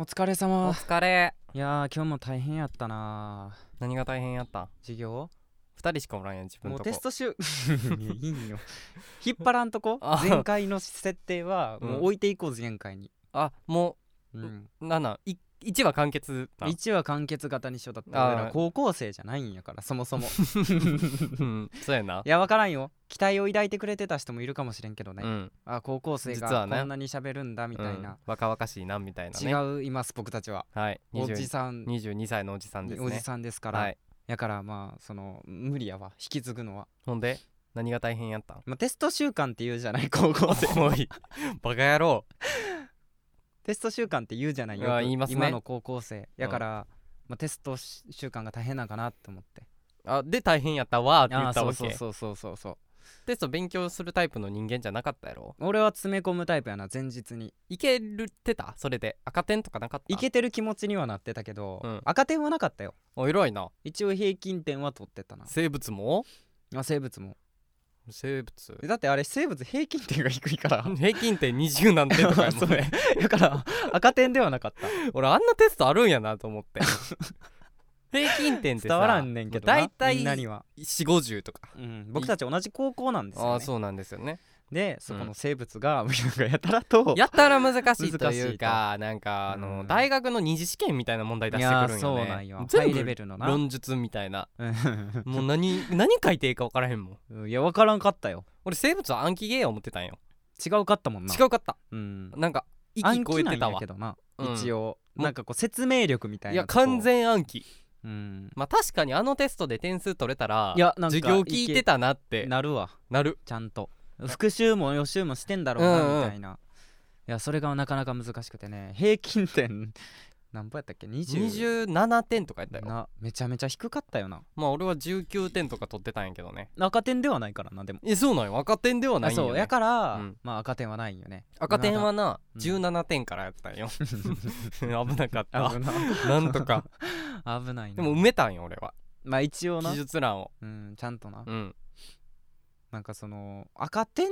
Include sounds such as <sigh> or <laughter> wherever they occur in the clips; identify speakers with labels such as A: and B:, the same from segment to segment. A: 疲れ様
B: お疲れ
A: いやー今日も大変やったな
B: 何が大変やったん
A: 授業
B: 二人しかおらんやん自分
A: も
B: と
A: う
B: こ
A: テスト
B: <laughs>
A: 集いやいいんよ引っ張らんとこ
B: あ
A: 前回の設定はもう置いていこう前回に、
B: あも
A: う
B: うんうなんなんい一話完結なん
A: 1は完結型にしようだった
B: あー
A: 俺ら高校生じゃないんやからそもそ
B: <laughs>
A: も
B: うんそうやな
A: <laughs>
B: い
A: や分からんよ期待を抱いてくれてた人もいるかもしれんけどね、
B: うん
A: あ高校生
B: 実
A: が
B: はね
A: こんなに喋るんだみたいな、
B: うん若々しいなみたいなね
A: 違ういます僕たちは
B: はい
A: おじ
B: 20
A: さん
B: 22歳のおじさんですね
A: おじさんですから、
B: はい
A: やからまあその無理やわ引き継ぐのは、
B: ほんで何が大変やったん
A: まあ、テスト週間って言うじゃない <laughs> 高校生
B: おい <laughs> バカ野郎
A: テスト週間って言うじゃないよ
B: あー
A: く
B: 言いますね
A: 今の高校生やから、まあ、テストし週間が大変なんかなと思って
B: あで大変やったわーって言
A: あ
B: っ
A: ー
B: た
A: そう
B: わ
A: そう
B: け
A: そうそうそうそう
B: テスト勉強するタイプの人間じゃなかったやろ
A: 俺は詰め込むタイプやな前日に
B: いけるってたそれで赤点とかなかった
A: いけてる気持ちにはなってたけど、
B: うん
A: 赤点はなかったよ
B: お偉いな
A: 一応平均点は取ってたな
B: 生物も
A: あ生物も
B: 生物
A: だってあれ生物平均点が低いから
B: 平均点20なんてとかや
A: <laughs>
B: もんね
A: だから赤点ではなかった
B: 俺あんなテストあるんやなと思って
A: <laughs>
B: 平均点ってさ
A: 伝わらんねんけどな
B: まあ大
A: みんな
B: 体
A: には、
B: 4050とか
A: うん、僕たち同じ高校なんです
B: あ
A: よ、
B: あ
A: ね、
B: そうなんですよね
A: でそこの生物が、なんかやたらと
B: やったら難しいと
A: 難しい
B: いうかなんかあ
A: う
B: の
A: ん
B: 大学の二次試験みたいな問題出してくる
A: いやー
B: んよね
A: そうなんよハ
B: 全
A: イレベ
B: 部
A: ルのな
B: 論述みたいな
A: うん
B: もう何何書いていいか分からへんもん
A: うんいや分からんかったよ
B: 俺生物は暗記ゲーや思ってたんよ
A: 違うかったもんな
B: 違うかった
A: うん、
B: なんか息
A: 暗
B: 超
A: 記
B: え
A: な
B: て
A: ん
B: た
A: や
B: わ
A: けどな、
B: うん
A: 一応
B: もう
A: なんかこう説明力みたいない
B: や
A: とこ
B: 完、全暗記
A: うん、
B: まあ確かにあのテストで点数取れたら
A: いやなんか
B: 授業聞いてたなって
A: なるわ
B: なる
A: ちゃんと復習も予習もしてんだろうな、
B: うんうん
A: みたいないやそれがなかなか難しくてね平均点 <laughs> 何歩やったっけ20
B: 27点とかやったよ
A: なめちゃめちゃ低かったよな
B: まあ俺は19点とか取ってたんやけどね
A: 赤点ではないからなでも
B: えそうなんよ赤点ではない
A: あ
B: んよ、
A: そ
B: ね、
A: うやから、
B: うん
A: まあ赤点はないんよね
B: 赤点はな
A: うん
B: 17点からやったん <laughs> よ危なかった
A: 危な
B: なんとか
A: 危ないな
B: でも埋めたんよ俺は
A: まあ一応な
B: 記、述欄を
A: うん、ちゃんとな、
B: うん
A: なんかその赤点っ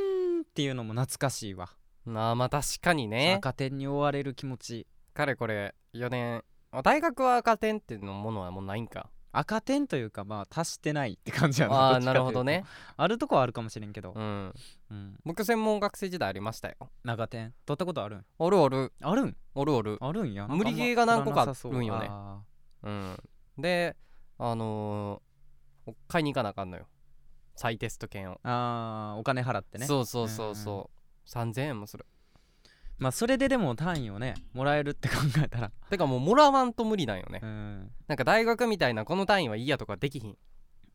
A: ていうのも懐かしいわ
B: まあまあ確かにね
A: 赤点に追われる気持ち
B: かれこれ4年あ大学は赤点っていうのものはもうないんか
A: 赤点というかまあ足してないって感じやな
B: あ
A: ど
B: あ
A: っち
B: な
A: かと
B: る
A: いうと
B: ほどね
A: あるとこはあるかもしれんけど、
B: うん
A: うん、
B: 僕専門学生時代ありましたよ
A: 赤点取ったことあるん
B: おるおる
A: あるん
B: おるおる
A: あるんや
B: 無理ゲーが何個かあるんよね
A: ね
B: うんであのー買いに行かなあかんのよ再テスト券を
A: あーお金払ってね
B: そうそうそうそう3000円もする
A: まあそれででも単位をねもらえるって考えたら
B: てかもうもらわんと無理なんよね
A: うん
B: なんか大学みたいなこの単位はいいやとかできひん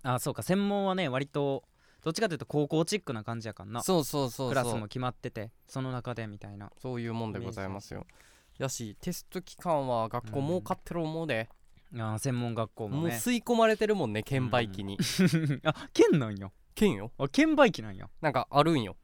A: あそうか専門はね割とどっちかというと高校チックな感じやかんな
B: そうそうそう
A: ク
B: そ
A: ラスも
B: う
A: 決まっててその中でみたいな
B: そういうもんでございますよやしテスト期間は学校
A: うん
B: 儲かってる思うで、
A: あー専門学校
B: も
A: も
B: う
A: ね
B: 吸い込まれてるもんね券売
A: <laughs>
B: 機に、
A: あ県なんや
B: 券よ
A: あ券売機なんや
B: なんかあるんよ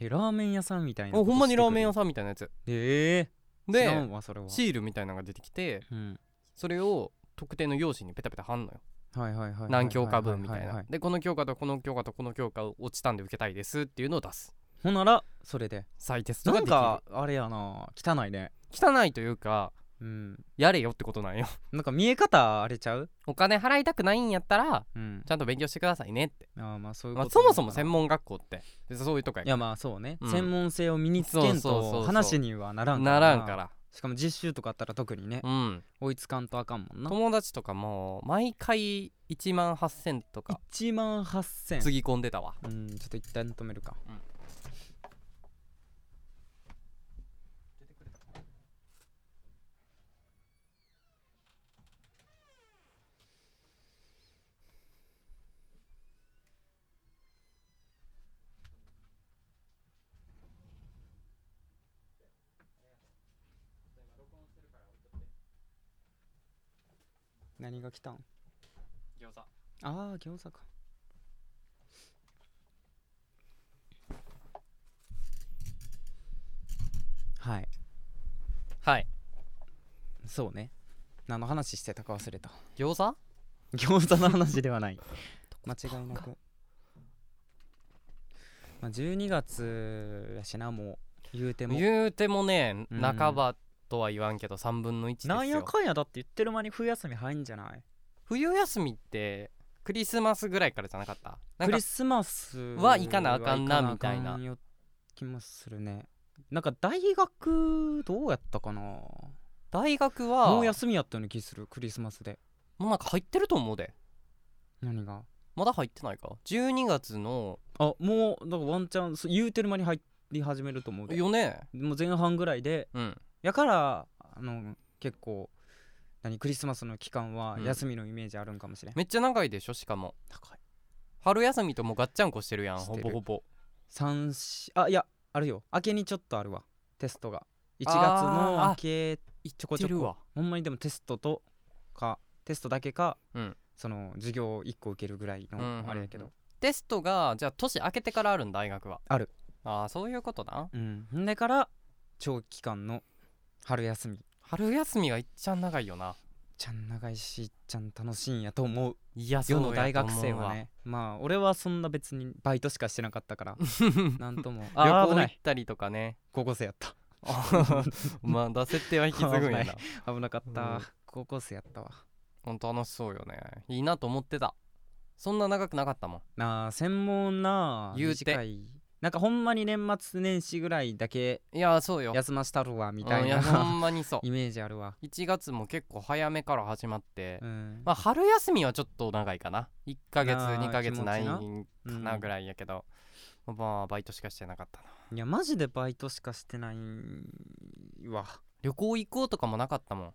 A: えラーメン屋さんみたいな
B: あほんまにラーメン屋
A: さ
B: さんみたいなやつ
A: んええ知ら
B: で
A: んわそれは
B: シールみたいなのが出てきて
A: うん
B: それを特定の用紙にペタペタ貼んのよ
A: はいはいはいはい
B: 何教科分みたい
A: ははは
B: な
A: は
B: でこの教科とこの教科とこの教科を落ちたんで受けたいですっていうのを出す
A: ほんならそれで
B: 再テスト
A: な
B: が
A: ん
B: できる
A: かあれやな汚いね
B: 汚いというか
A: うん
B: やれよってことなんよ
A: なんか見え方あれちゃう
B: お金払いたくないんやったら
A: うん
B: ちゃんと勉強してくださいねって、
A: あーまあそういう
B: ま
A: こ
B: あ、
A: と
B: そもそも
A: なの
B: 専門学校ってそういうとこ
A: かな
B: や
A: いやまあそうね
B: うん
A: 専門性を身につけん
B: そうそうそうそ
A: と
B: う
A: 話にはならん
B: ならんから
A: しかも実習とかあったら特にね
B: うん
A: 追いつかんとあかんもんな
B: 友達とかもう毎回1万8000とか
A: 1万8000
B: つぎ込んでたわ
A: うんちょっと一旦止めるか、
B: うん
A: 何が来たん
B: 餃子
A: ああ餃子かはい
B: はい
A: そうね何の話してたか忘れた
B: 餃子
A: 餃子の話では <laughs> ない間違いなく、まあ、12月やしなもう言うても
B: 言うてもね
A: うん
B: 半ばとは言わんけど3分の1ですよ
A: なんやかんやだって言ってる間に冬休み入んじゃない
B: 冬休みってクリスマスぐらいからじゃなかったなん
A: ク
B: か
A: リスマス
B: は行かなあかんなみたいな
A: は行かあかんよ気もするねなんか大学どうやったかな
B: 大学は
A: も
B: も
A: う
B: う
A: 休みやったような気するクリスマスで
B: なんか入ってると思うで
A: 何が
B: まだ入ってないか12月の
A: あもうなんかワンチャンそう言うてる間に入り始めると思うで
B: 4年
A: もう前半ぐらいで
B: うん
A: やからあの結構何クリスマスの期間は
B: うん
A: 休みのイメージあるんかもしれん、
B: めっちゃ長いでしょしかも
A: 高い
B: 春休みともうガッチャンコしてるやん
A: して
B: ほ
A: る
B: ぼほぼ
A: 三四あいやあるよ明けにちょっとあるわテストが1月
B: あー
A: の
B: あ
A: 明けちょこちょ
B: 行ってる
A: こ
B: わ
A: ほんまにでもテストとかテストだけか、
B: うん
A: その授業1個受けるぐらい
B: うんうんう
A: の
B: ん
A: あれやけど
B: テストがじゃあ年明けてからあるん大学は
A: ある
B: ああそういうことな
A: うん、んでから長期間の春休みいっ
B: 春休みがいっちゃん長いよな
A: ちゃん長いしいっちゃん楽しいんやと思う
B: いや
A: 世の大学生はねまあ俺はそんな別にバイトしかしてなかった
B: <laughs>
A: からなんとも
B: 旅
A: あー
B: 行
A: 危
B: 行
A: な
B: っ
A: い
B: たりと
A: <laughs>
B: かね
A: 高校生やった
B: まあだ設定は引き継ぐんや
A: 危な
B: ない
A: 危なかった、
B: うん
A: 高校生やったわ
B: ほんと楽しそうよねいいなと思ってたそんな長くなかったもん
A: なあ専門なあ
B: 言うて
A: 短いなんかほんまに年末年始ぐらいだけ
B: いやそうよ
A: 休ましたるわみた
B: うん
A: い
B: やほ
A: な
B: んまにそ
A: <laughs>
B: う
A: イメージあるわ、
B: 1月も結構早めから始まって、
A: うん
B: まあ春休みはちょっと長いかな1ヶ月
A: あー
B: 2ヶ月ない
A: 気
B: か
A: 持うん
B: なぐらいやけど、まあバイトしかしてなかったない
A: やマジでバイトしかしてないわ
B: 旅行行こうとかもなかったもん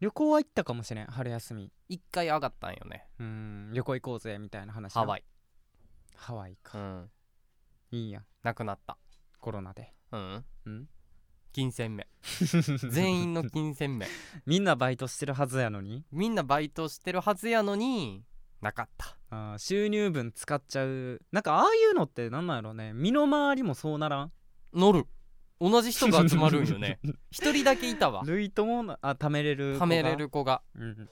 A: 旅行は行ったかもしれん春休み
B: 1回上がったんよね
A: うん旅行行こうぜみたいな話な
B: ハワイ
A: ハワイか
B: うん
A: いいやん
B: なくなった
A: コロナ <laughs> で
B: うん、
A: うん
B: 金銭
A: <laughs>
B: 面全員の金銭面
A: みんなバイトしてるはずやのに
B: みんなバイトしてるはずやのになかった
A: あー収入分使っちゃうなんかああいうのってなんなんやろね身の回りもそうならん
B: 乗る同じ人が集まるん
A: <laughs>
B: よね一人だけいたわ
A: 類ともなあ貯めれる子
B: は
A: が
B: めれる子が
A: うん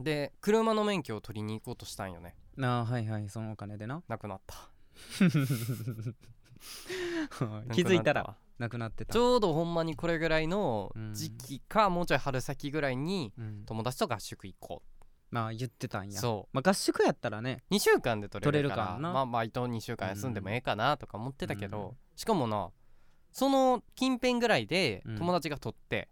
B: で車の免許を取りに行こうとしたんよね
A: うん、ああはいはいそのお金で <laughs> な
B: なくなった
A: 気づいた
B: なくな
A: ら
B: っ
A: なくなってた
B: たちょうどほんまにこれぐらいの
A: うん
B: 時期かもうちょい春先ぐらいに
A: うん、
B: 友達と合宿行こ
A: まあ言ってたん
B: う
A: や
B: そ
A: まあ合宿やったらね
B: う2週間で取れるから
A: 取れるからな
B: まあバイト2週間休んでもええかなとか思ってたけど、
A: うん
B: しかもなその近辺ぐらいで
A: うん
B: 友達が取って、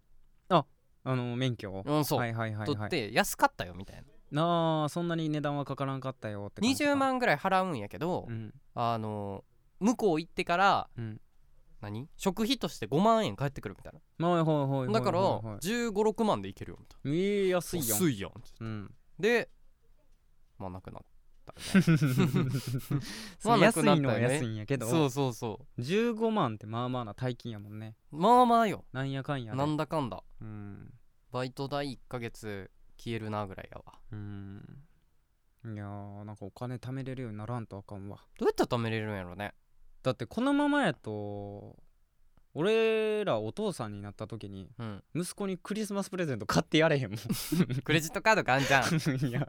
A: あの免許を、
B: うんそう、
A: はいはいはい、
B: 取
A: は
B: っ
A: い、
B: て安かったよみたいな
A: なあそんなに値段はかからんかったよって感じか
B: 20万ぐらい払うんやけど、
A: うん
B: あの向こう行ってから
A: うん
B: 何食費として5万円返ってくるみたいな
A: まあほいほいほい
B: だから
A: ほいほいほ
B: 1 5 6万でいけるよみたい
A: いええ安
B: ない
A: やん
B: 安いやん
A: うん、
B: でまあなくなった <laughs> よね
A: そう
B: なく
A: 安
B: なったよね
A: いのは安いんやけど
B: そうそうそ
A: 15万ってまあまあな大金やもんね
B: うまあまあよ
A: なんやかんやで
B: なんだかんだ
A: うん
B: バイト代1ヶ月消えるなぐらいやわ
A: うんいやーなんかお金貯めれるようにならんとあかんわ
B: どうやって貯めれるんやろね
A: だってこのままやと俺らお父さんになった時に <laughs>
B: うん
A: 息子にクリスマスプレゼント買ってやれへんも
B: <laughs>
A: ん
B: クレジットカードかんじゃん
A: いや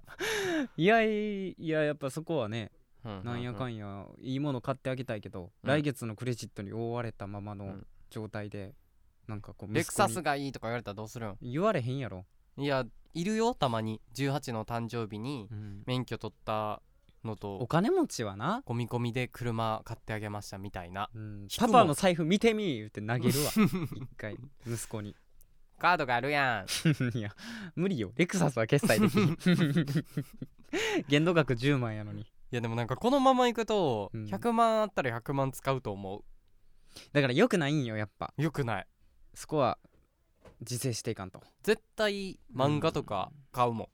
A: いやいややっぱそこはね
B: ううう
A: なんやかんやいいもの買ってあげたいけど、
B: うん
A: 来月のクレジットに覆われたまま
B: う
A: の
B: ん
A: 状態でなんかこう
B: レクサ
A: 息子
B: ス
A: に
B: がいいとか言われたらどうするん
A: 言われへんやろ、
B: いやいるよたまに18の誕生日に免許取ったの
A: お
B: と
A: 金持ちはな、
B: ゴミゴミで車買ってあげましたみたいな
A: うん
B: 引く
A: パ
B: の
A: パの財布見てみ言って投げる
B: <laughs>
A: わ一回息子に <laughs>
B: カードがあるやん
A: いや無理よレクサスは決済できん <laughs> 限度額10万やのに
B: <laughs> いやでもなんかこのままいくと
A: うん
B: 100万あったら100万使うと思
A: だからよくないんよやっぱ
B: うよくない
A: そこは自制していかんと
B: 絶対漫画とか買うも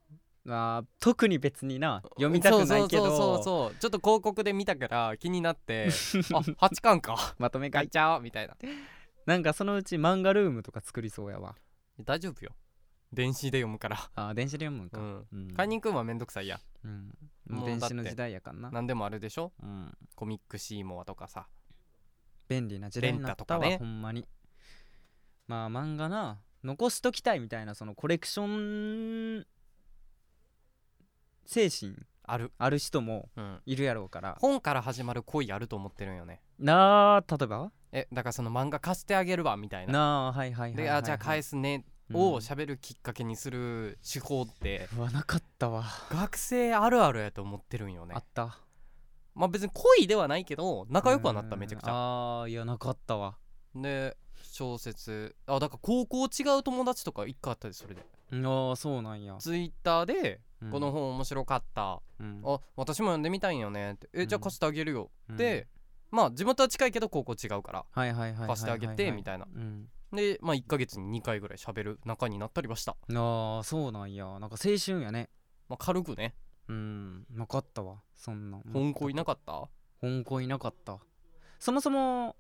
B: ん
A: あー特に別にな読みたくないけど
B: そうそうそうそうちょっと広告で見たから気になって
A: <laughs>
B: あ8巻か
A: まとめ
B: 買
A: 買
B: い
A: い
B: ちゃおうみたいな
A: なんかそのうち漫画ルームとか作りそうやわ
B: 大丈夫よ電子で読むから
A: あー電子で読むん
B: う
A: か、
B: ん
A: うん
B: 買いに行くんはめんどくさいや
A: うん、
B: も
A: も
B: う
A: う電子の時代やからな、
B: 何でもあるでしょ
A: うん、
B: コミックシーモアとかさ
A: 便利な時代になったわ、
B: レンタと
A: ほ
B: かね
A: んまにまあ漫画な残しときたいみたいなそのコレクション精神
B: ある
A: ある人も
B: うん
A: いるやろうから
B: 本から始まる恋あると思ってるんよね
A: なあ例えば
B: えだからその漫画貸してあげるわみたいな
A: なあはいはいはいはい、
B: であじゃあ返
A: す
B: すねを喋るきっかけにする手法って
A: うわなかったわ、
B: 学生あるあるやと思ってるんよね
A: あった
B: まあ別に恋ではないけど仲良くはなった
A: うん
B: めちゃくちゃ
A: あーいやなかったわ
B: で小説あだから高校違う友達とか一回あったでそれで
A: うんあーそうなんや、
B: ツイッターで
A: うん
B: この、本面白かった、
A: うん
B: あ私も読んでみたいんよねってえじゃあ貸してあげるよ、
A: うん
B: でまあ地元は近いけど高校違うから
A: はいはいはいはいはい
B: 貸してあげてみたいな
A: うん、
B: でまあ1ヶ月に2回ぐらい喋る仲になったりはした、
A: ああそうなんやなんか青春やね
B: まあ、軽くね
A: うんなかったわそんなん
B: 本校いなかった
A: 本校いなかったそもそも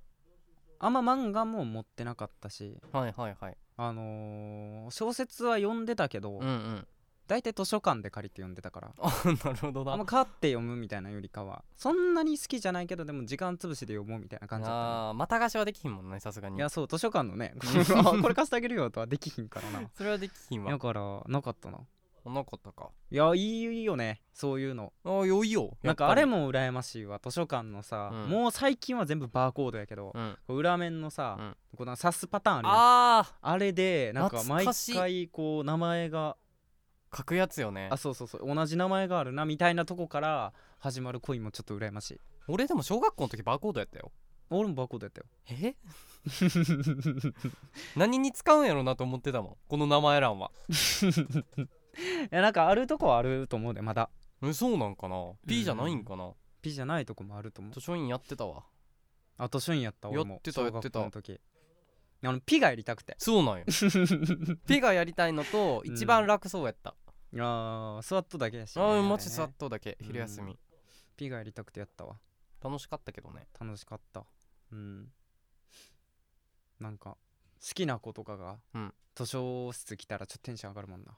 A: あんま漫画も持ってなかったし
B: はいはいはい
A: あのー小説は読んでたけど、
B: うんうん <laughs>
A: 大体図書館で借りて読んでたから
B: あなるほどな
A: あんま買って読むみたいなよりかはそんなに好きじゃないけどでも時間潰しで読もうみたいな感じだったな
B: あーまた貸しはできひんもんねさすが
A: い
B: に
A: やそう図書館の
B: <laughs>
A: ね <laughs> あこれ貸してあげるよとはできひんからな
B: それはできひんわ
A: だからなかったな
B: なかったか
A: いやいいいいよねそういうの
B: ああ良いよ
A: なんかあれ
B: も
A: も羨ましいわ図書館のさ、
B: うん
A: もう最近は全部バーコードやけど、
B: うん
A: こう裏面のさ、
B: うん
A: こうなんか刺すパターンあるやん
B: あ
A: あれでなんか毎
B: 懐かしい
A: 回こう名前が
B: あ書くやつよね
A: あそうそうそう同じ名前があるなみたいなとこから始まる恋もちょっと羨ましい
B: 俺でも小学校の時バーコードやったよ
A: 俺もバーコードやったよ
B: え <laughs> 何に使うんやろなと思ってたもんこの名前欄はい
A: やなんかあるとこはあると思うでまだ
B: えそうなんかな P じゃないんかな
A: P じゃないとこもあると思う
B: 図書院やってたわ
A: あと旬やった俺も
B: やってた
A: 小学
B: やって
A: 校
B: た
A: の時あの P がやりたくて
B: そ
A: <laughs>
B: うなんよ P がやりたいのと
A: うん
B: 一番楽そうやった
A: あースワットだけやし、
B: あ
A: ね、
B: ーマジ
A: あれね
B: さっとだけ
A: うん
B: 昼休み
A: P がやりたくてやったわ
B: 楽しかったけどね
A: 楽しかったうんなんか好きな子とかが、
B: うん
A: 図書室来たらちょっとテンション上がるもんな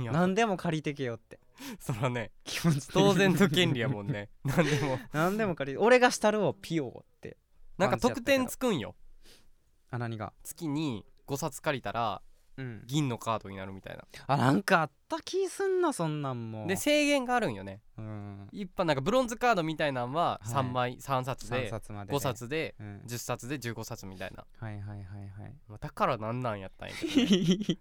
A: い
B: や
A: 何でも借りてけよって
B: そらね
A: 気持ち的に
B: 当然の権利やもんね何でも
A: <laughs> 何でも借りて俺がしたるをピオって
B: なんか得点つくんよ
A: あ何が
B: 月に5冊借りたら
A: うん
B: 銀のカードになるみたいな
A: あなんかあった気すんなそんなんも
B: で制限があるんよね
A: うん
B: 一般なんかブロンズカードみたいなんは
A: はい
B: 3枚3冊
A: 3
B: で
A: 冊まで、ね、
B: 5冊で
A: うん
B: 10冊で15冊みたいな
A: はいはいはいはい <laughs>
B: まあだからなんなんやったんやけど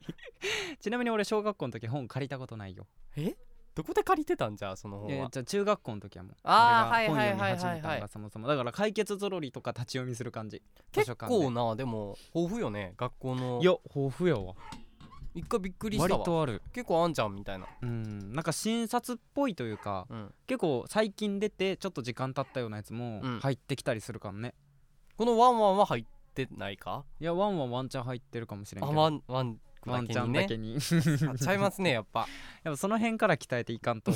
A: ちなみに俺小学校の時本借りたことないよ
B: えどこで借りてたんじゃあその
A: い
B: 本
A: や
B: は
A: じゃあ中学校の時はもう
B: あー
A: 俺が
B: はいはい
A: 本読み
B: はいは
A: 始
B: い
A: めたのがそもそもだから解決ぞろりとか立ち読みする感じ図
B: 結
A: 書館で
B: 構なでも豊富よね学校の
A: いや豊富やわ
B: 一回びっくりし
A: 割
B: たわ
A: とある
B: 結構あんじゃんみたいな
A: うんなんか新冊っぽいというか
B: うん
A: 結構最近出てちょっと時間経ったようなやつも
B: うん
A: 入ってきたりするからね、
B: このワンワンは入ってないか
A: いやワンワンワンチャン入ってるかもしれん
B: あ
A: けど
B: ワンワン
A: ワ
B: だ
A: ン
B: け
A: チャ
B: に
A: ンだ
B: ね
A: け
B: <laughs>
A: に
B: あちゃいますねやっぱ
A: やっぱその辺から鍛えていか
B: <laughs>
A: んと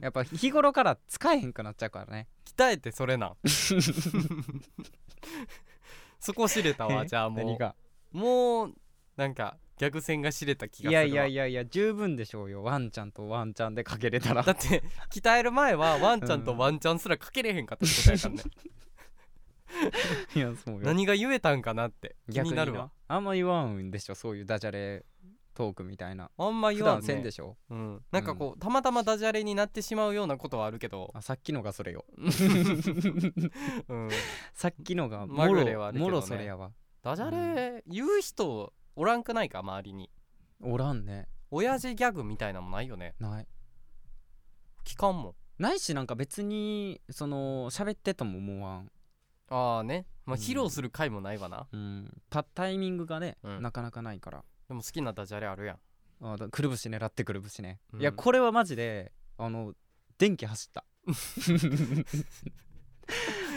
A: やっぱ日頃から使えへんくなっちゃうからね
B: 鍛えてそれなん
A: <laughs>
B: そこ知れたわ
A: え
B: じゃあも
A: 何が
B: うもうなんか逆線が知れた気
A: い
B: がする
A: や
B: わ
A: いやいやいや十分でしょうよワンちゃんとワンちゃんでかけれたら
B: だって鍛える前 <laughs> はワンちゃんとワンちゃんすらかけれへんかったってことやからね <laughs>
A: <laughs> いやそうよ
B: 何が言えたんかなって気
A: 逆
B: に
A: に
B: な
A: な
B: るわ
A: あんま言わんでしょそういうダジャレトークみたいな
B: あんま
A: 普
B: 言わん
A: 段せん
B: ね
A: でしょ
B: うんなんかこうたまたまダジャレになってしまうようなことはあるけど
A: あさっきのがそれよ
B: うん
A: さっきのが
B: ま
A: も
B: ぐ
A: ろ
B: れはあるけど
A: も
B: ね
A: ろそれやわ
B: ダジャレ言う人おらんくないか周りに
A: おらんね
B: 親父ギャグみたいなもないよね
A: ない
B: 聞かんもん
A: ないしなんか別にその喋ってとも思わん、
B: ああねまあ
A: うん
B: 披露する回もないわな
A: うん、たタイミングがね、
B: うん
A: なかなかないから
B: でも好きなダジャレあるやん
A: あだくるぶし狙ってくるぶしね、
B: うん
A: いやこれはマジであの電気走った
B: <laughs>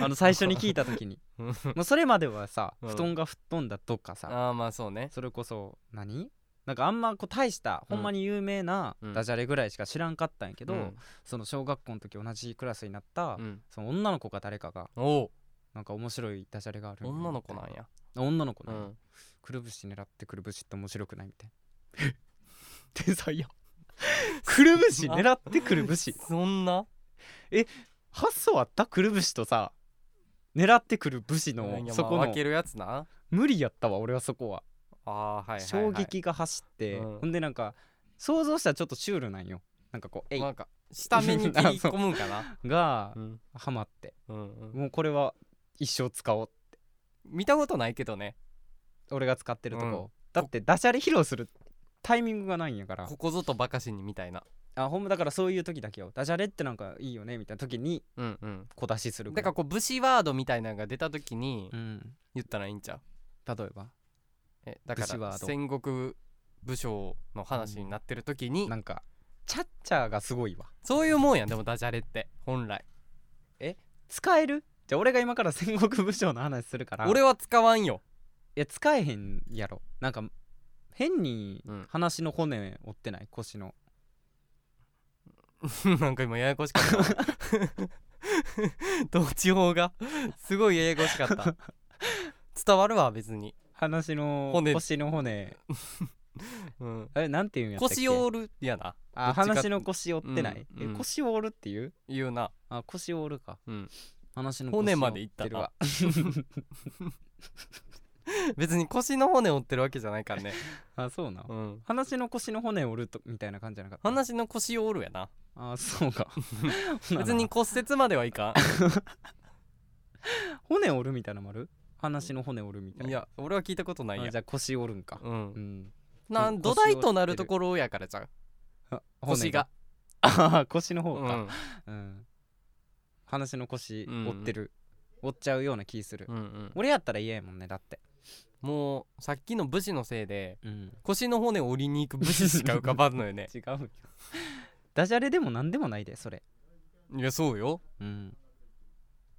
A: あの最初に聞いた時に
B: うん
A: もうそれまではさ
B: うん
A: 布団が吹っ飛んだとかさ、
B: ああまあそうね
A: それこそ何なんかあんまこう大した、
B: うん
A: ほんまに有名な
B: うん
A: ダジャレぐらいしか知らんかったんやけど、
B: うん
A: その小学校の時同じクラスになった、
B: うん
A: その女の子か誰かが
B: お
A: なんか面白いダジャレがあるんや
B: 女の子なんや
A: あ女の子
B: う
A: なんや、
B: ん
A: くるぶし狙ってくるぶしって面白くないみたい
B: <laughs>
A: な天才や <laughs> くるぶし狙ってくるぶし
B: そんな
A: 発想あったくるぶしとさ狙ってくる武士
B: いやま
A: の
B: あ
A: そこの
B: 分けるやつな
A: 無理やったわ俺はそこは
B: ああはいはいはい
A: 衝撃が走って
B: うん
A: ほんでなんか想像したらちょっとシュールなんよなんかこう「えい
B: なんか下目に切り込むんかな」
A: が
B: <laughs> うん
A: ハマって
B: うんうん
A: もうこれは一生使おう
B: 見たことないけどね
A: 俺が使ってるとこ、
B: うん
A: だってダジャレ披露するタイミングがないんやから
B: ここぞとばかしにみたいな
A: あほんまだからそういう時だけよダジャレってなんかいいよねみたいな時に
B: うんうん
A: 小出しする
B: だからこう武士ワードみたいなのが出た時に
A: うん
B: 言ったらいいんちゃう
A: 例えば
B: えだか
A: 武士ワ
B: ら
A: ード
B: 戦国武将の話になってる時に
A: なんかチャッチャーがすごいわ
B: そういうもんやんでもダジャレって本来
A: 使えるじゃあ俺が今から戦国武将の話するから
B: 俺
A: い
B: は使わんよ <laughs>
A: や使えへんやろなんか変に
B: うん
A: 話の骨折ってない腰の
B: なんか今ややこしかった <laughs> わどっち方がすごいややこしか <laughs> った伝わるわ別に、
A: 話の
B: 骨
A: 腰の骨
B: うん、
A: えなんていうんやったっけ
B: 腰を折るやな
A: あ
B: どっちか
A: 話の腰折ってない、
B: うんうん
A: え腰を折るっていう
B: 言うな
A: あ腰を折るか、
B: うん
A: 話の腰を
B: 骨までいった
A: 折る
B: な
A: わ
B: 別に腰の骨折ってるわけじゃないから
A: <laughs>
B: ね、
A: あそうな、
B: うん、
A: 話の腰の骨折るとみたいな感じじゃなかった
B: 話の腰を折るや
A: <laughs>
B: な
A: あそう
B: <laughs>
A: か
B: 別に骨折まではいか
A: 骨折るみたいなのもある話の骨折るみたい
B: ん
A: ない
B: や俺 <laughs> は聞いたことない
A: あ
B: や
A: じゃあ腰折るんか、
B: う、
A: うんん、
B: なん土台となるところやからじゃん
A: あ
B: 腰が
A: ああ腰の方
B: う
A: か、
B: ん
A: うん話の腰折ってる、折っちゃうような気する、
B: うんうん、
A: 俺やったら嫌やもんねだって、
B: もうさっきの武士のせいで
A: うん、
B: 腰の骨折りに行く武士しか浮かばんのよ
A: <laughs>
B: ね
A: 違うよダジャレでも何でもないでそれ
B: いやそうよ
A: うん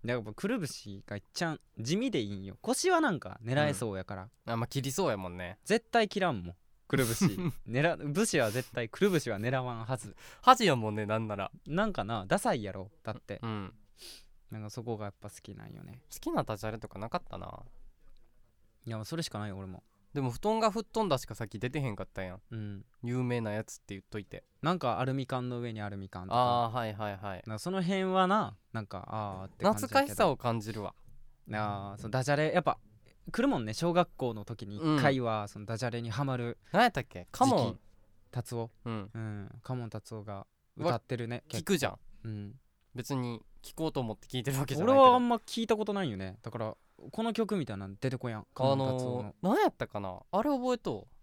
A: だからくるぶしがいっちゃん地味でいいんよ腰はなんか狙えそうやから、
B: あんまあ切りそうやもんね
A: 絶対切らんもんくるぶ
B: <laughs>
A: し狙武士は絶対くるぶしは狙わんはず
B: 恥やもんねなんなら
A: なんかなダサいやろだって
B: うん
A: なんかそこがやっぱ好きなんよね
B: 好きなダジャレとかなかったない
A: やそれしかないよ俺も
B: でも布団が吹っ飛んだしかさっき出てへんかったやん
A: うん
B: 有名なやつって言っといて
A: なんかアルミ缶の上にアルミ缶とか
B: ああーはいはいはい
A: なんかその辺はななんかああって感じ
B: 懐
A: だけど
B: かしさを感じるわ
A: あーそのダジャレやっぱ来るもんね小学校の時に
B: うん
A: 一回はそのダジャレにはまる
B: 何やったっけカモ
A: 時期達夫
B: ン、うん、
A: うんカモン達夫が歌ってるね
B: 聞
A: 結構、
B: くじゃん
A: うん、別
B: 別に聞こうと思って聞いてるわけじゃな
A: 俺
B: いけど
A: はあんま聞いたことないよねだからこの曲みたいなの出てこやんカモ
B: あ
A: ン達夫
B: の
A: の
B: ー、何やったかなあれ覚えとう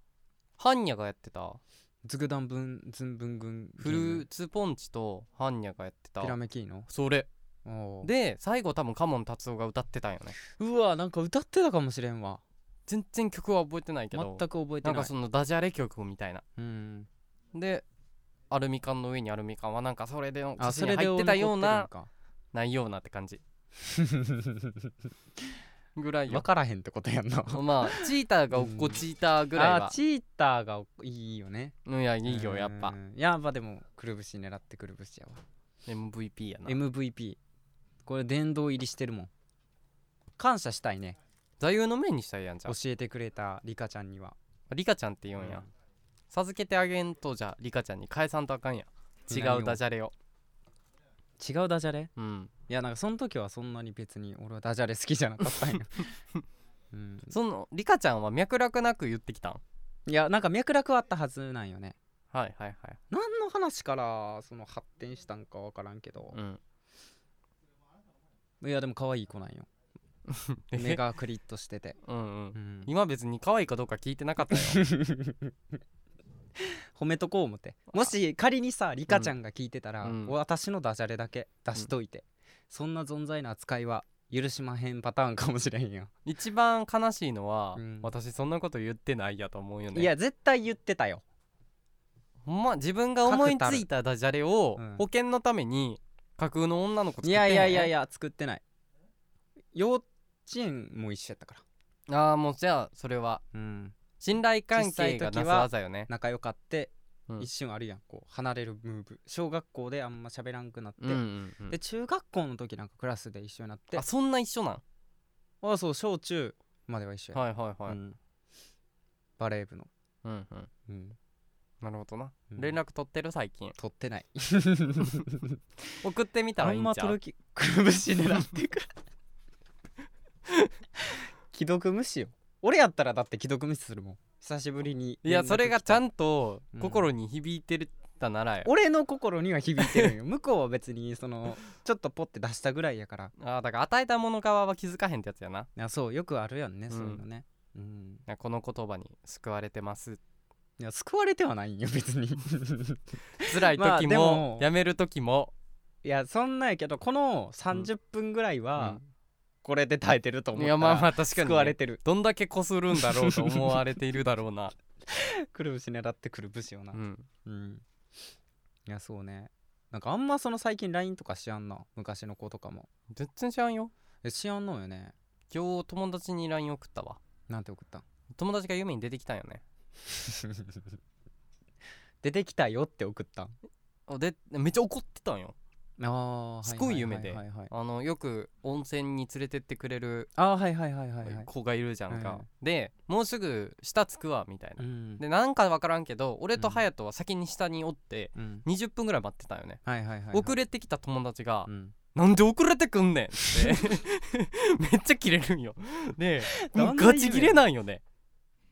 B: ハンニャがやってた
A: 「ズグダンブンズンブングン
B: フルーツポンチとハンニャがやってた
A: ピラメキーノ
B: それ」
A: おー
B: で最後多分カモン達夫が歌ってたんよね
A: うわなんか歌ってたかもしれんわ
B: 全然曲は覚えてないけ
A: 全
B: ど
A: く覚えて
B: な
A: なんい
B: かそのダジャレ曲みたいな
A: うん
B: でアルミ缶の上にアルミ缶はなんかそれでの
A: あ
B: 歌詞
A: そ
B: に
A: れで
B: 入ってたような
A: 残っ
B: ないようなって感じ
A: てるんか
B: ぐらい
A: 分
B: よ
A: からへんってことやんな
B: <laughs> まあチーターがおっこチーターぐらい
A: あー
B: は
A: チーターがいいよね
B: うんいやいいよやっぱ
A: うんやっぱでもくるぶし狙ってくるぶしやわ
B: MVP やな
A: MVP これ殿堂入りしてるもん感謝したいね
B: 座右の銘にしたらいいやんじゃ
A: 教
B: ん
A: えてくれたリカちゃんには
B: リカちゃんって言うんや授けてあげんとじゃリカちゃんに返さんとあかんや違
A: 何を
B: うダジャレを
A: 違うダジャレ
B: うん
A: いやなんかその時はそんなに別に俺はダジャレ好きじゃなか
B: <laughs>
A: ったんや、うん、
B: そのリカちゃんは脈絡なく言ってきたん
A: いやなんか脈絡はあったはずなんよね
B: はいはいはい
A: 何の話からその発展したんかわからんけど
B: う、ん
A: いやでも可愛い子なんよ <laughs> 目がクリッとしてて、
B: <laughs> うんうん
A: うん、
B: 今別に可愛いかどうか聞いてなかったよ
A: 褒めとこう思ってもし仮にさリカちゃんが聞いてたら、
B: うん
A: 私のダジャレだけ出しといて、そんな存在の扱いは許しまへんパターンかもしれんよ、
B: <laughs> 一番悲しいのは、
A: うん
B: 私そんなこと言ってないやと思うよね
A: いや絶対言ってたよ
B: ほんま自分が思いついたダジャレを
A: うん
B: 保険のために架空の女の子作って
A: い
B: ん
A: やいやいやい
B: や
A: や作ってない幼稚園も一緒やったから
B: ああもうじゃあそれは
A: うん
B: 信頼関係がなす技よね
A: 仲良かって、
B: うん
A: 一瞬あるやんこう離れるムーブ小学校であんま喋らんくなって、
B: うんうんうん
A: で中学校の時なんかクラスで一緒になって
B: あそんな一緒なん
A: あそう小中までは一緒や、
B: はいはいはい、
A: うんバレー部の、
B: うんうん
A: うん、
B: なるほどな、
A: うん
B: 連絡取ってる最近
A: 取って <laughs> ない
B: 送ってみた
A: あ
B: らいい
A: ん
B: ん
A: ま
B: ちゃ
A: 取
B: う
A: る気くるぶし狙って
B: <laughs>
A: くる既読無視よ俺やったらだって既読無視するもん久しぶりに
B: いやそれがちゃ
A: ん
B: んと
A: うん
B: 心に響いてるったならよ
A: 俺の心には響いてるんよ向こうは別にそのちょっとポッて出したぐらいやから
B: あーだから与えたもの側は気づかへんってやつやな
A: あそうよくあるやんね、
B: うん
A: そういうのねうん
B: なんかこの言葉に救われ
A: <laughs>
B: てます
A: いや救われてはないんよ別に
B: 辛い
A: まあ
B: 時
A: で
B: も
A: も
B: やめる時も
A: いやそんなんやけどこの30分ぐらいはこれで耐えてると
B: うん
A: 思った
B: いや
A: ら、
B: まあまあ確かに
A: 救
B: ね、
A: われてる <laughs>
B: どんだけこするんだろうと思われているだろうな、
A: くるぶし狙ってくるぶしよな
B: うん、
A: <laughs> うんいやそうねなんかあんまその最近 LINE とかしやんな昔の子とかも
B: 全然知らんよ
A: えしやんのよね
B: 今日友達に LINE 送ったわ
A: なんて送ったん <laughs>
B: 友達が夢に出てきたんよね
A: 出てきたよって送ったん
B: あでめっちゃ怒ってたんよ
A: あー
B: すごい夢で
A: はいはいはいはい
B: あのよく温泉に連れてってくれる
A: あーはいはいはいはいはい
B: 子がいるじゃんか、
A: はいはい
B: でもうすぐ下着くわみたいな、
A: うん
B: でなんか分からんけど俺と
A: うん
B: 隼人は先に下におって
A: うん
B: 20分ぐらい待ってたんよね、
A: はいはいはいはい
B: 遅れてきた友達が
A: う、ん
B: なんで遅れてくんねんって
A: <laughs>
B: めっちゃキレるんよで
A: どんな夢
B: ガチキレなんよね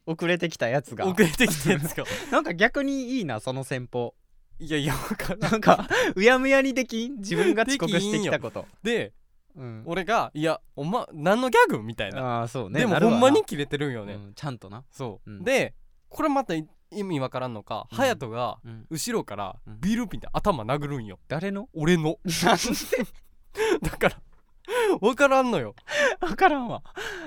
A: 遅れてきたやつが
B: 遅れてきた
A: <laughs>
B: やつが
A: なんか逆にいいなその戦法
B: いやいや分からん
A: なんかうやむやにできん自分が遅刻してきたこと
B: で
A: うん
B: 俺が「いやおま何のギャグ?」みたいな
A: ああそうね
B: でも
A: なる
B: ほ
A: わ
B: ん
A: な
B: まにキレてるんよね、
A: うんちゃんとな
B: そう、
A: うん
B: でこれまたい意味わからんのか
A: うん
B: 隼人、が
A: うん
B: 後ろから
A: うん
B: ビールピンで頭殴るんよ
A: 誰の
B: 俺の <laughs>
A: なんで
B: だから分からんのよ
A: 分からん <laughs> わ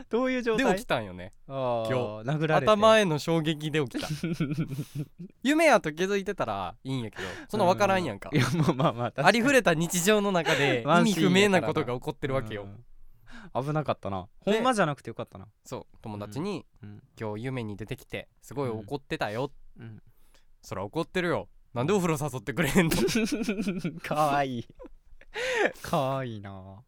A: どういう状
B: で
A: 態
B: 起きたんよね
A: ああ殴られて
B: 頭への衝撃
A: <laughs>
B: で起きた夢やと気づいてたらいいんやけどそんな分からんやんか
A: いやまあまあまあ確かに
B: ありふれた日常の中で
A: ワ
B: 意
A: ン
B: 味
A: シー
B: 不
A: ンや
B: 明
A: からな
B: なことが起こってるわけよ
A: うん危なかったな
B: で
A: ほんまじゃなくてよかったな
B: そう友達に
A: うん
B: 「今日夢に出てきてすごい
A: うん
B: 怒ってたよ」
A: うん
B: そら怒ってるよなんでお風呂誘ってくれへんの
A: かわいいかわいいな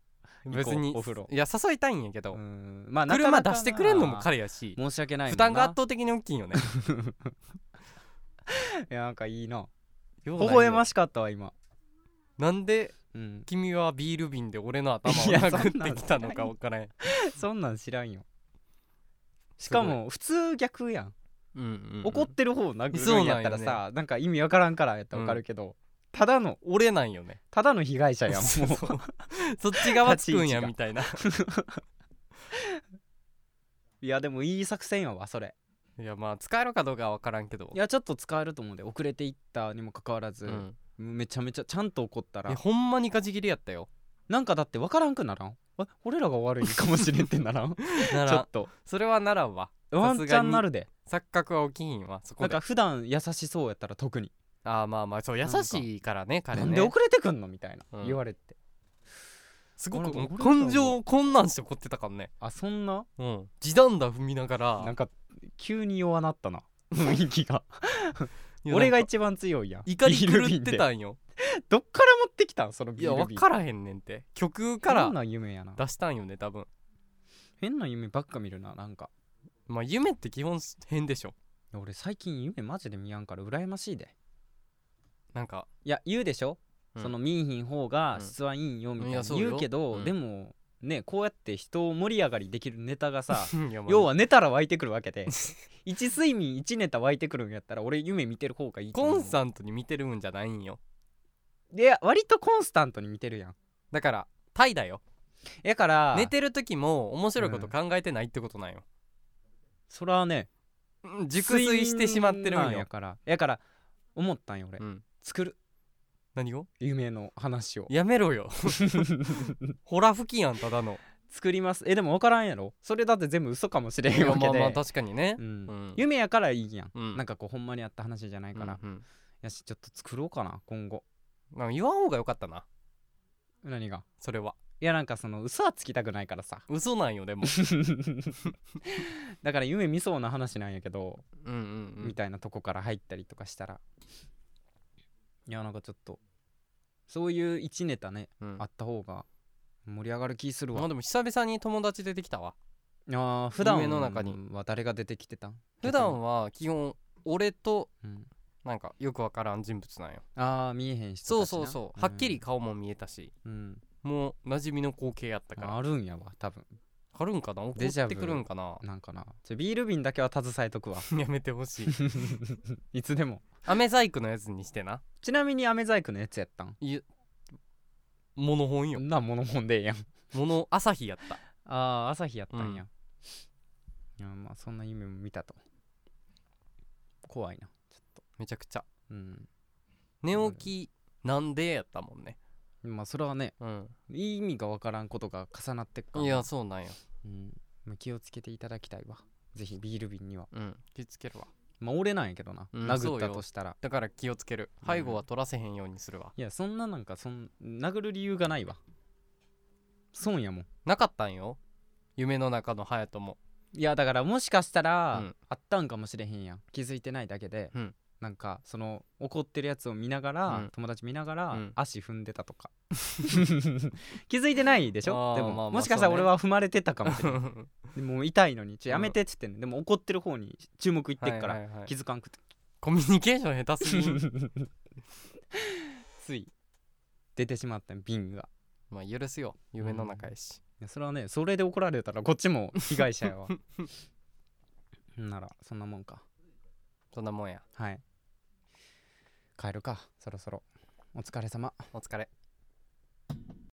B: 別に
A: お風呂
B: いや誘いたいんやけど、
A: うんまあなかなか
B: 車
A: な
B: 出してくれんのも彼やし
A: 申し訳ないも
B: 負
A: んな
B: 担が圧倒的に大きいよ
A: <laughs>
B: ね
A: いやなんかいいな
B: 微
A: 微笑ましかったわ今
B: なんで
A: うん
B: 君はビール瓶で俺の頭を
A: いやそん
B: 殴っ
A: な
B: て
A: ん
B: きたのか分からん
A: <laughs> そんなん知らんよしかも普通逆やん
B: うんうんうん
A: 怒ってる方殴るんやったら
B: そうなん
A: さ
B: よ
A: なんか意味わからんからやったらわかるけどただの
B: 俺なんよね
A: ただの被害者 <laughs> やん
B: そう
A: もう
B: そうそっち側つくん
A: 立ち位
B: や
A: 置が
B: みたいな
A: いやでもいい作戦やわそれ
B: いやまあ使えるかどうかは分からんけど
A: いやちょっと使えると思うんで遅れていったにもかかわらず、
B: うん
A: めちゃめちゃちゃんと怒った
B: いや
A: ら
B: ほんまにガチ切れやったよ
A: なんかだってわからんくならんえ俺らが悪いかもしれんって <laughs> ならんち
B: な
A: ょっ
B: ら
A: と
B: それはならんわ
A: ワンチャンなるで
B: 錯覚は起きひんわそ
A: な
B: こ
A: ん
B: で
A: か
B: あ
A: 普段優しそうやったら特に、
B: あーまあまあそう優しいからね彼
A: なんで
B: ね
A: 遅れてくんのみたいな、
B: うん
A: 言われて
B: すごく
A: なんか俺ら
B: 感情こんなんして怒ってたからね
A: あそんな
B: うん時短だ踏みなが
A: なん
B: ら
A: か急に弱なったな雰囲気が
B: いや
A: 俺が
B: なんか
A: 一番強いやん
B: 怒り
A: <laughs>
B: 狂
A: ビール
B: っ
A: 瓶
B: て
A: で
B: たんよ
A: どっから持ってきたんその
B: い
A: ビ
B: や
A: ール
B: 分
A: 瓶
B: からへんねんって曲か
A: 変
B: ら
A: な夢やな
B: 出したんよね多分
A: 変な夢ばっか見るななんか
B: まあ夢って基本変でしょ
A: 俺最近夢マジで見やんから羨ましいで
B: なんか
A: いや言うでしょ、
B: うん <laughs>
A: その見いひん方が
B: うん
A: 質はいいんよみたい
B: い
A: な
B: やそうよ
A: 言うけど、
B: うん
A: でもねこうやって人を盛り上がりできるネタがさ
B: いやまあ
A: 要は寝たら湧いてくるわけで <laughs> 一睡眠一ネタ湧いてくるんやったら俺夢見てる方がいいと
B: コ
A: 思う
B: ンスタントに見てるんじゃないんよ
A: いや割とコンスタントに見てるやん
B: だからタイだよ
A: やから
B: 寝てる時も面白いこと考えてないってことなんよ、
A: それはね
B: うん熟睡してしまってる
A: 睡眠
B: ん
A: なん
B: よ
A: や、からやから思ったんよ俺、
B: うん、
A: 作る
B: 何を
A: 夢の話を
B: やめろ
A: <laughs>
B: よホラ吹きやんただの
A: 作りますえでも分からんやろそれだって全部嘘かもしれ
B: い
A: ん
B: や
A: わけ
B: まあまあ
A: で
B: 確かにね
A: う、
B: うんん
A: 夢やからいいやん
B: うん
A: なんかこうほんまにあった話じゃないから、
B: うんうん
A: やしちょっと作ろうかな今後
B: なんか言わん方がよかったな
A: 何が
B: それはい
A: やなんかその嘘はつきたくないからさ <laughs>
B: 嘘なんよでも
A: だから夢見そうな話なんやけど、
B: うんうんう
A: み
B: ん
A: たいなとこから入ったりとかしたらいやなんかちょっとそういう1ネタね、
B: うん
A: あった方が盛り上がる気するわ、
B: まあでも久々に友達出てきたわ
A: あー普段
B: 夢の中に
A: は誰が出てきてたん
B: 普段は基本俺と
A: 逆にうん
B: なんかよくわからん人物なんよ
A: ああ見えへん人たちな
B: そうそうそう、はっきり、顔も見えたし
A: うんうん
B: もう馴染みの光景やったか
A: あ
B: ら
A: るんやわ多分
B: かるんかな怒
A: デジャ
B: っ
A: ブ
B: てくるんかな
A: なんかなちょビール瓶だけは携えとくわ <laughs>
B: やめてほ <laughs> しい
A: いつでも
B: 飴細工のやつにしてな
A: ちなみに飴細工のやつやったん
B: いモノ本よ
A: なものもんでええやん
B: モノ朝日やった
A: ああ朝日やったんや、
B: う
A: いやまあそんな夢も見たと怖いなちょっと
B: めちゃくちゃ
A: うん
B: 寝起きなんでやったもんね
A: まあそれはね
B: うん
A: いい意味がわからんことが重なってっから
B: いや、そうなんよ
A: うん、まあ気をつけていただきたいわぜひビール瓶には
B: うん気をつけるわ
A: まあ折れないけどな、
B: うん
A: 殴ったとしたら
B: だから気をつける
A: うん
B: 背後は取らせへんようにするわ
A: いやそんななんかそん殴る理由がないわ損やもん
B: なかったんよ夢の中の隼人も
A: いやだからもしかしたら、
B: うん
A: あったんかもしれへんやん気づいてないだけで、
B: うん
A: なんかその怒ってるやつを見ながら、
B: うん
A: 友達見ながら、
B: うん
A: 足踏んでたとか <laughs> 気づいてないでし
B: あ
A: ょ
B: ー
A: で
B: まあまあ
A: ももしかしたら
B: そう
A: 俺
B: ね
A: は踏まれてたかもしれない
B: <laughs>
A: でも痛いのに「ちょや
B: うん
A: めて」っつってんねんでも怒ってる方に注目いってっから、
B: はいはいはい
A: 気づかんくて
B: コミュニケーション下手す
A: <laughs>
B: ぎん
A: つい出てしまった瓶が
B: まあ許すよ夢の中やし
A: いやそれはねそれで怒られたらこっちも被害者やわならそんなもんか
B: そんなもんや
A: はい帰るかそろそろお疲れ様
B: お疲れ